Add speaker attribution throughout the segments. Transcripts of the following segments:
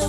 Speaker 1: a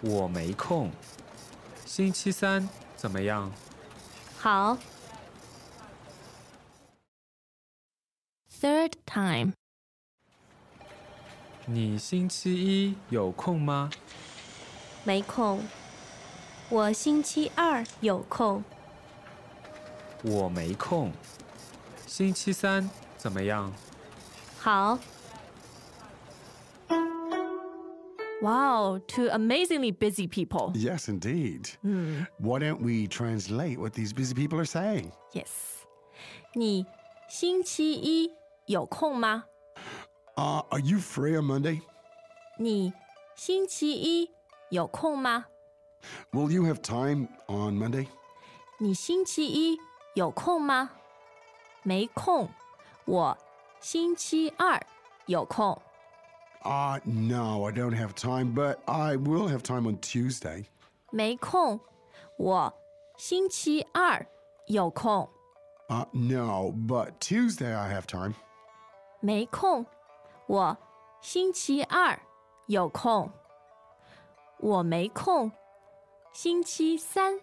Speaker 2: 我没空。星期三怎么样？
Speaker 3: 好，
Speaker 4: Third time.
Speaker 2: 你星期一有空吗？
Speaker 3: 没空。我星期二有空，
Speaker 2: 我没空。星期三怎么样？
Speaker 3: 好，
Speaker 4: Wow, two amazingly busy people.
Speaker 5: Yes, indeed. Why don't we translate what these busy people are saying?
Speaker 4: Yes. 你星期一有空吗？
Speaker 5: Uh, are you free on Monday?
Speaker 4: 你星期一有空吗？
Speaker 5: Will you have time on Monday?
Speaker 4: 你星期一有空吗？没空。我星期二有空。
Speaker 5: Uh, no, I don't have time, but I will have time on Tuesday.
Speaker 4: 没空。我星期二有空。
Speaker 5: Uh, no, but Tuesday I have time.
Speaker 4: 没空。我星期二有空。我没空。星期三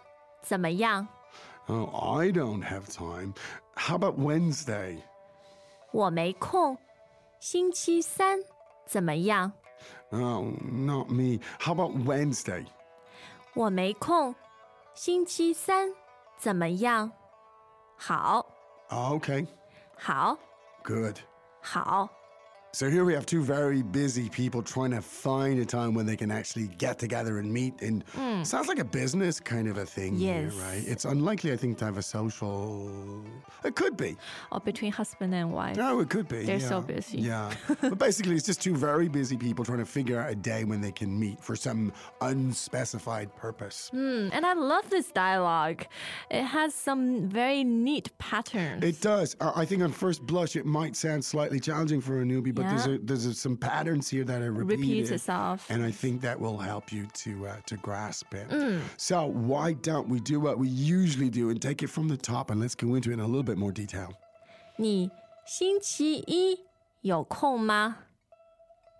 Speaker 4: 怎么样？
Speaker 5: Oh, I don't have time. How about Wednesday?
Speaker 4: 我没空。星期三怎么样？
Speaker 5: Oh, not me. How about Wednesday?
Speaker 4: 我没空。星期三怎么样？好，
Speaker 5: Okay,
Speaker 4: 好，
Speaker 5: good.
Speaker 4: 好。
Speaker 5: So here we have two very busy people trying to find a time when they can actually get together and meet. And sounds like a business kind of a thing, here,
Speaker 4: Hmm. Yes.
Speaker 5: right? It's unlikely, I think, to have a social. It could be.
Speaker 4: Or Oh, between husband and wife.
Speaker 5: No, it could be.
Speaker 4: They're
Speaker 5: yeah.
Speaker 4: so busy.
Speaker 5: Yeah. but basically, it's just two very busy people trying to figure out a day when they can meet for some unspecified purpose.
Speaker 4: Mm, and I love this dialogue. It has some very neat patterns.
Speaker 5: It does. I I think on first blush, it might sound slightly challenging for a newbie, but there's,
Speaker 4: Yeah.
Speaker 5: a, there's a, some patterns here that are repeated.
Speaker 4: Repeats itself.
Speaker 5: And I think that will help you to uh, to grasp it.
Speaker 4: Mm.
Speaker 5: So why don't we do what we usually do and take it from the top and let's go into it in a little bit more detail.
Speaker 4: 你星期一有空吗？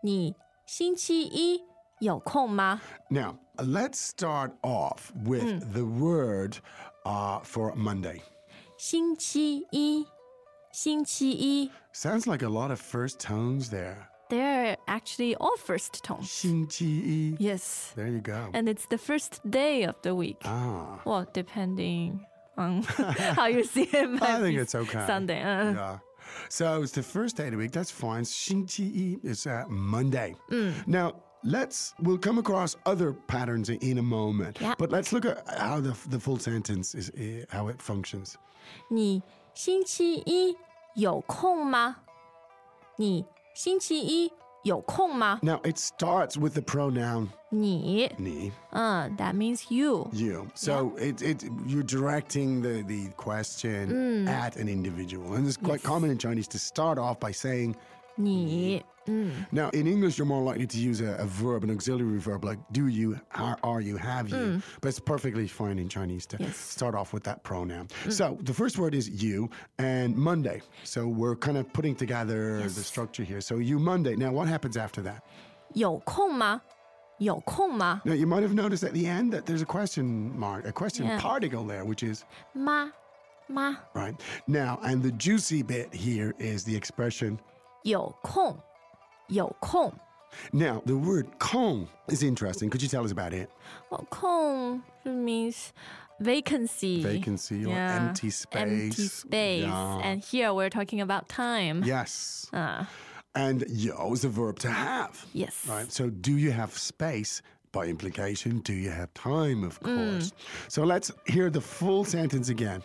Speaker 4: 你星期一有空吗？
Speaker 5: Now, let's start off with
Speaker 4: Mm.
Speaker 5: the word uh, for Monday.
Speaker 4: 星期一，星期一。
Speaker 5: Sounds like a lot of first tones there.
Speaker 4: They're actually all first tones.
Speaker 5: 星期一.
Speaker 4: Yes.
Speaker 5: There you go.
Speaker 4: And it's the first day of the week.
Speaker 5: ah.
Speaker 4: Well, depending on how you see it.
Speaker 5: I
Speaker 4: might
Speaker 5: think
Speaker 4: be
Speaker 5: it's okay.
Speaker 4: Sunday. uh,
Speaker 5: Yeah. So it's the first day of the week. That's fine. 星期一 is uh, Monday.
Speaker 4: Mm.
Speaker 5: Now, let's, we'll come across other patterns i- in a moment.
Speaker 4: Yeah.
Speaker 5: But let's look at how the, the full sentence is, uh, how it functions.
Speaker 4: 你星期一有空吗？你星期一有空吗？
Speaker 5: Now, it starts with the pronoun
Speaker 4: 你，
Speaker 5: ni,
Speaker 4: 嗯，That means you。
Speaker 5: you. So it, it, you're directing the, the
Speaker 4: Mm.
Speaker 5: question at an individual. And it's quite common in Chinese to start off by saying,
Speaker 4: 你，
Speaker 5: Now, in English, you're more likely to use a, a verb, an auxiliary verb like do you, are, are you, have you. But it's perfectly fine in Chinese to start off with that pronoun. So the first word is you and Monday. So we're kind of putting together the structure here. So you Monday. Now, what happens after that?
Speaker 4: 有空吗？有空吗？
Speaker 5: Now, you might have noticed at the end that there's a question mark, a question
Speaker 4: Yeah.
Speaker 5: particle there, which is
Speaker 4: 妈，妈，
Speaker 5: right. Now, and the juicy bit here is the expression
Speaker 4: 有空，有空，
Speaker 5: now, the word kong is interesting. Could you tell us about it?
Speaker 4: 有空就 means vacancy。
Speaker 5: Vacancy or
Speaker 4: Yeah,
Speaker 5: empty space.
Speaker 4: Empty space.
Speaker 5: Yeah.
Speaker 4: And here we're talking about time.
Speaker 5: Yes.
Speaker 4: Ah,
Speaker 5: And yo is a verb to have.
Speaker 4: yes.
Speaker 5: Right. So do you have space? By implication, do you have time? Of course. So let's hear the full sentence again.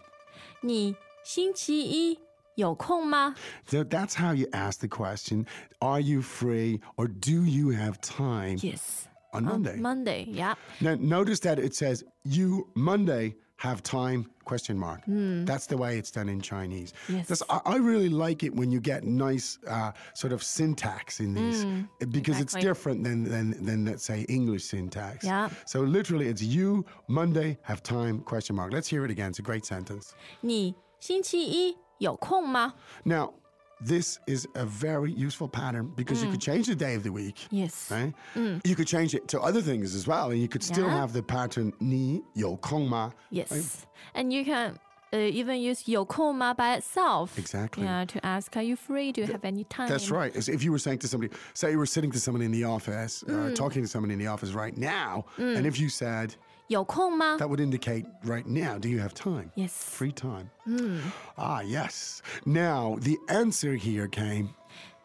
Speaker 4: 你星期一有空吗？
Speaker 5: So that's how you ask the question Are you free or do you have time
Speaker 4: Yes.
Speaker 5: on Monday?
Speaker 4: Monday, yeah.
Speaker 5: now, notice that it says you Monday have time question mark that's the way it's done in chinese
Speaker 4: Hmm. Yes.
Speaker 5: That's- I, I really like it when you get nice uh, sort of syntax in these because
Speaker 4: Hmm. exactly.
Speaker 5: it's different than, than than let's say english syntax
Speaker 4: Yeah.
Speaker 5: so literally it's you monday have time question mark let's hear it again it's a great sentence
Speaker 4: 你星期一有空吗
Speaker 5: now this is a very useful pattern because
Speaker 4: Hmm.
Speaker 5: you could change the day of the week
Speaker 4: ？Yes.
Speaker 5: Right? You could change it to other things as well, and you could still
Speaker 4: Mm. Yeah.
Speaker 5: have the pattern ni yo kong ma.
Speaker 4: Yes. And you can uh, even use 有空吗 by itself.
Speaker 5: Exactly.
Speaker 4: Yeah, to ask, are you free? Do you have any time?
Speaker 5: That's right. As if you were saying to somebody, say you were sitting to someone in the office,
Speaker 4: Mm.
Speaker 5: uh, talking to someone in the office right now, and if you said,
Speaker 4: 有空吗
Speaker 5: that would indicate right now, do you have time?
Speaker 4: Yes. Mm.
Speaker 5: Free time. Ah, yes. Now, the answer here came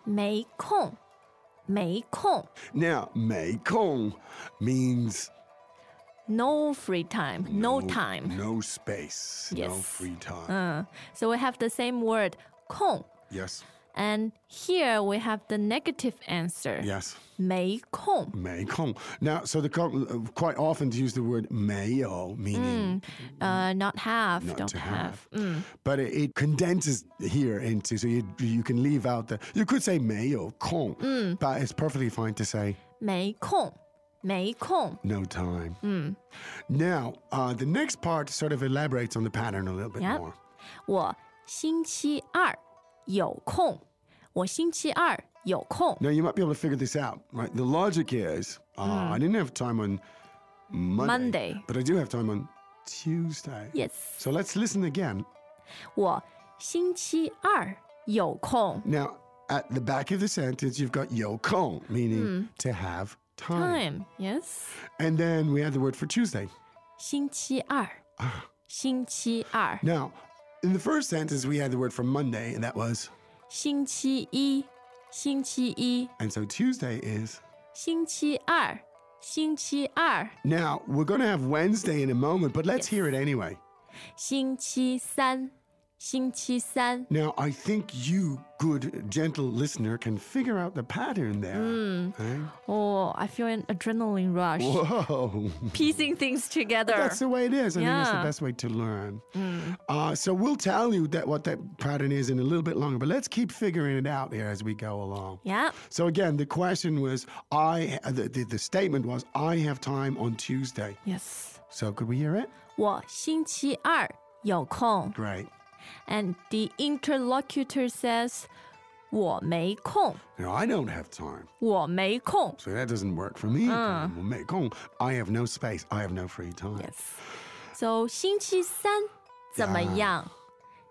Speaker 4: 没空，没空。
Speaker 5: now, mei kong means
Speaker 4: No free time. No, time.
Speaker 5: no space, no
Speaker 4: Yes. Uh.
Speaker 5: free time.
Speaker 4: So we have the same word 空
Speaker 5: Yes,
Speaker 4: and here we have the negative answer.
Speaker 5: yes.
Speaker 4: 没空
Speaker 5: Mei kong. Now, so the con- uh, quite often to use the word mayo, meaning
Speaker 4: uh, not have,
Speaker 5: Mm-hmm. not
Speaker 4: don't
Speaker 5: to
Speaker 4: have. Mm.
Speaker 5: have, but it, it condenses here into so you you can leave out the you could say mayo kong,
Speaker 4: Mm.
Speaker 5: but it's perfectly fine to say
Speaker 4: 没空，没空。
Speaker 5: no time.
Speaker 4: Mm.
Speaker 5: Now, uh, the next part sort of elaborates on the pattern a little bit
Speaker 4: Yep.
Speaker 5: more.
Speaker 4: 我星期二有空，我星期二有空。
Speaker 5: Now, you might be able to figure this out, right? The logic is uh, I didn't have time on Monday,
Speaker 4: Mm. Monday.
Speaker 5: but I do have time on Tuesday.
Speaker 4: Yes，
Speaker 5: So let's listen again.
Speaker 4: 我星期二有空。
Speaker 5: Now, at the back of the sentence, you've got yo kong, meaning to have time.
Speaker 4: Time. Yes，
Speaker 5: And then we had the word for Tuesday.
Speaker 4: 星期二，星期二，
Speaker 5: Now, in the first sentence, we had the word for Monday, and that was,
Speaker 4: 星期一，星期一，
Speaker 5: and so Tuesday is.
Speaker 4: 星期二，星期二，
Speaker 5: Now, we're going to have Wednesday in a moment, but let's hear it anyway.
Speaker 4: 星期三，星期三。
Speaker 5: Now, I think you, good, gentle listener, can figure out the pattern there. right?
Speaker 4: Oh, I feel an adrenaline rush.
Speaker 5: Whoa.
Speaker 4: Piecing things together.
Speaker 5: That's the way it is. I think that's
Speaker 4: Yeah. Mm.
Speaker 5: the best way to learn. Uh, so we'll tell you that what that pattern is in a little bit longer, but let's keep figuring it out here as we go along.
Speaker 4: yeah.
Speaker 5: So again, the question was, I uh, the, the, the statement was, I have time on Tuesday.
Speaker 4: Yes.
Speaker 5: So could we hear it?
Speaker 4: 我星期二有空。
Speaker 5: Great.
Speaker 4: And the interlocutor says, 我没空，
Speaker 5: Now, I don't have time,
Speaker 4: 我没空。
Speaker 5: so that doesn't work for me. Mekong, I have no space. I have no free time.
Speaker 4: Uh. Yes. So 星期三怎么样？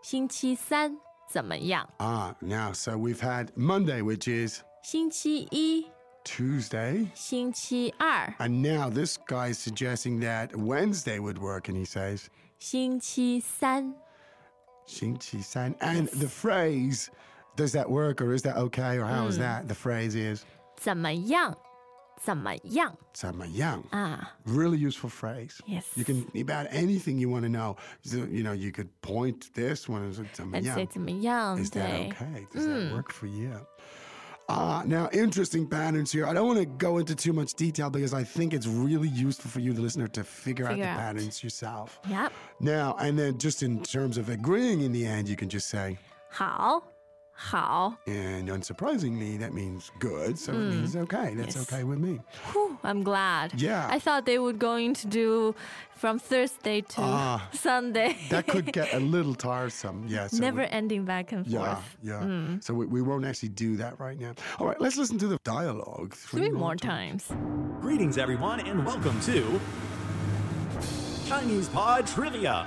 Speaker 4: 星期三怎么样？
Speaker 5: Ah, now, so we've had Monday, which is
Speaker 4: 星期一、
Speaker 5: Tuesday.
Speaker 4: 星期二、
Speaker 5: And now this guy's suggesting that Wednesday would work, and he says,
Speaker 4: 星期三
Speaker 5: Xing Qi San. And the phrase, does that work or is that okay or how is that? The phrase is,
Speaker 4: 怎么样？怎么样
Speaker 5: Samayang.
Speaker 4: 啊？
Speaker 5: Really useful phrase.
Speaker 4: Yes.
Speaker 5: You can, about anything you want to know. So, you know, you could point this one and say,
Speaker 4: 而且
Speaker 5: "怎么样?
Speaker 4: 怎么样？
Speaker 5: Is that
Speaker 4: 对
Speaker 5: okay? Does that work for you? Ah, now interesting patterns here. I don't want to go into too much detail because I think it's really useful for you, the listener, to figure, out the
Speaker 4: Figure out.
Speaker 5: patterns yourself.
Speaker 4: Yep.
Speaker 5: Now, and then just in terms of agreeing in the end, you can just say,
Speaker 4: 好，好。
Speaker 5: and unsurprisingly, that means good. So it means okay. That's
Speaker 4: Hmm. Yes.
Speaker 5: okay with me.
Speaker 4: Whew, I'm glad.
Speaker 5: Yeah.
Speaker 4: I thought they were going to do from Thursday to
Speaker 5: Ah,
Speaker 4: Sunday.
Speaker 5: That could get a little tiresome. Yeah. So we-
Speaker 4: never ending back and forth. Hmm.
Speaker 5: Yeah, yeah. So we, we won't actually do that right now. All right, let's listen to the dialogue
Speaker 4: Three more times.
Speaker 6: Greetings, everyone, and welcome to Chinese Pod Trivia.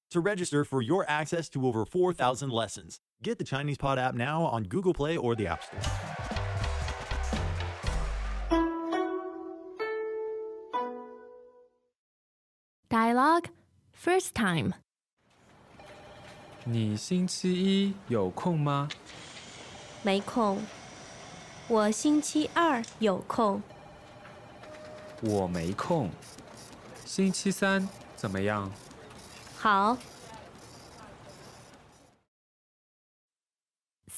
Speaker 6: to register for your access to over 4,000 lessons. Get the Chinese Pod app now on Google Play or the App Store.
Speaker 4: Dialogue, first time.
Speaker 2: 你星期一有空吗？
Speaker 3: 没空。我星期二有空，
Speaker 2: 我没空。星期三怎么样？
Speaker 3: 好，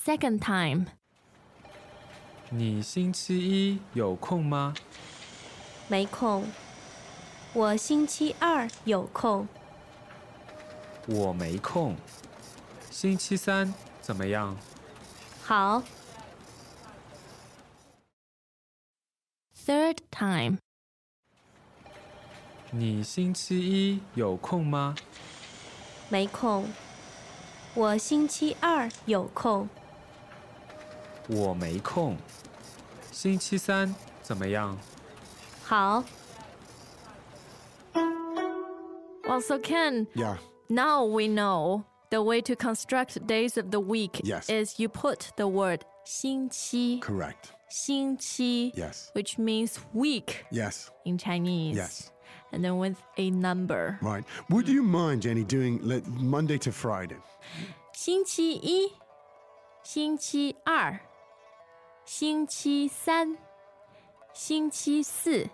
Speaker 4: Second time.
Speaker 2: 你星期一有空吗？
Speaker 3: 没空。我星期二有空，
Speaker 2: 我没空。星期三怎么样？
Speaker 3: 好，
Speaker 4: Third time.
Speaker 2: 你星期一有空吗？
Speaker 3: 没空。我星期二有空，
Speaker 2: 我没空。星期三怎么样？
Speaker 3: 好，
Speaker 4: Well, so Ken,
Speaker 5: Yeah.
Speaker 4: now we know the way to construct days of the week
Speaker 5: Yes.
Speaker 4: is you put the word 星期,
Speaker 5: Correct.
Speaker 4: 星期,
Speaker 5: Yes.
Speaker 4: which means week
Speaker 5: Yes.
Speaker 4: in Chinese.
Speaker 5: Yes.
Speaker 4: And then with a number.
Speaker 5: Right. Would you mind, Jenny, doing like, Monday to Friday?
Speaker 4: 星期一、星期二、星期三、星期四、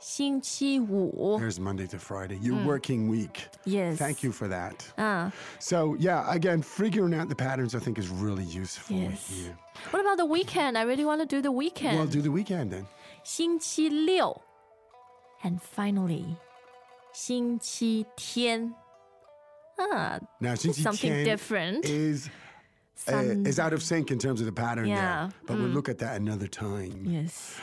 Speaker 4: 星期五。
Speaker 5: Here's Monday to Friday. Your working week.
Speaker 4: Hmm. Yes. Ah.
Speaker 5: Thank you for that.
Speaker 4: 嗯
Speaker 5: So, yeah, again, figuring out the patterns I think is really useful.
Speaker 4: Yes.
Speaker 5: here.
Speaker 4: What about the weekend? I really want to do the
Speaker 5: Well,
Speaker 4: weekend.
Speaker 5: do the weekend then.
Speaker 4: 星期六，and finally，星期天。啊
Speaker 5: Now, since you
Speaker 4: Something
Speaker 5: can
Speaker 4: different.
Speaker 5: is uh,
Speaker 4: Sun-
Speaker 5: is out of sync in terms of the pattern
Speaker 4: Yeah. mm.
Speaker 5: there, but we'll look at that another time.
Speaker 4: Yes.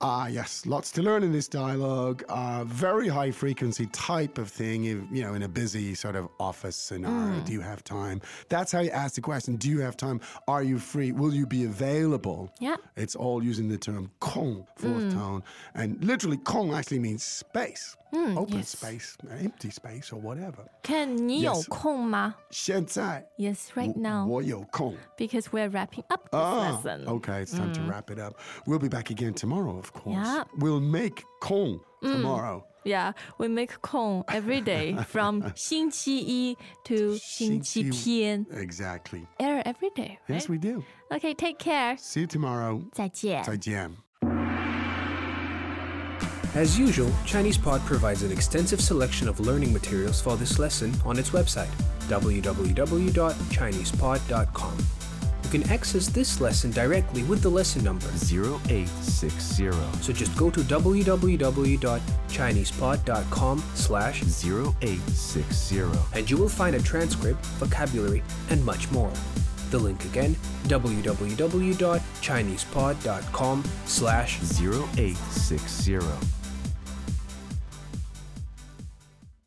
Speaker 5: Ah, yes, lots to learn in this dialogue. Uh, very high frequency type of thing, if, you know, in a busy sort of office scenario.
Speaker 4: Mm.
Speaker 5: Do you have time? That's how you ask the question Do you have time? Are you free? Will you be available?
Speaker 4: Yeah. Mm.
Speaker 5: It's all using the term kong, fourth tone. And literally, kong actually means space, open
Speaker 4: Mm, yes.
Speaker 5: space, uh, empty space, or whatever.
Speaker 4: Ken，你有
Speaker 5: Yes.
Speaker 4: 空吗
Speaker 5: 现在
Speaker 4: ？Yes, right now,
Speaker 5: 我有空。
Speaker 4: because we're wrapping up this
Speaker 5: Ah,
Speaker 4: lesson. Mm.
Speaker 5: okay, it's time to wrap it up. We'll be back again tomorrow, of course.
Speaker 4: Yeah.
Speaker 5: We'll make kong
Speaker 4: Mm.
Speaker 5: tomorrow.
Speaker 4: Yeah, we make Kong every day from 星期一 to 星期天.
Speaker 5: Exactly.
Speaker 4: Air every day. Right?
Speaker 5: Yes, we do.
Speaker 4: Okay, take care.
Speaker 5: See you tomorrow.
Speaker 4: 再见.
Speaker 5: Zaijian.
Speaker 7: As usual, ChinesePod provides an extensive selection of learning materials for this lesson on its website, www.chinesepod.com. If can access this lesson directly with the lesson number.
Speaker 8: 0860
Speaker 7: So just go to www.chinesepod.com slash
Speaker 8: 0860
Speaker 7: and you will find a transcript, vocabulary, and much more. The link again, www.chinesepod.com slash
Speaker 8: 0860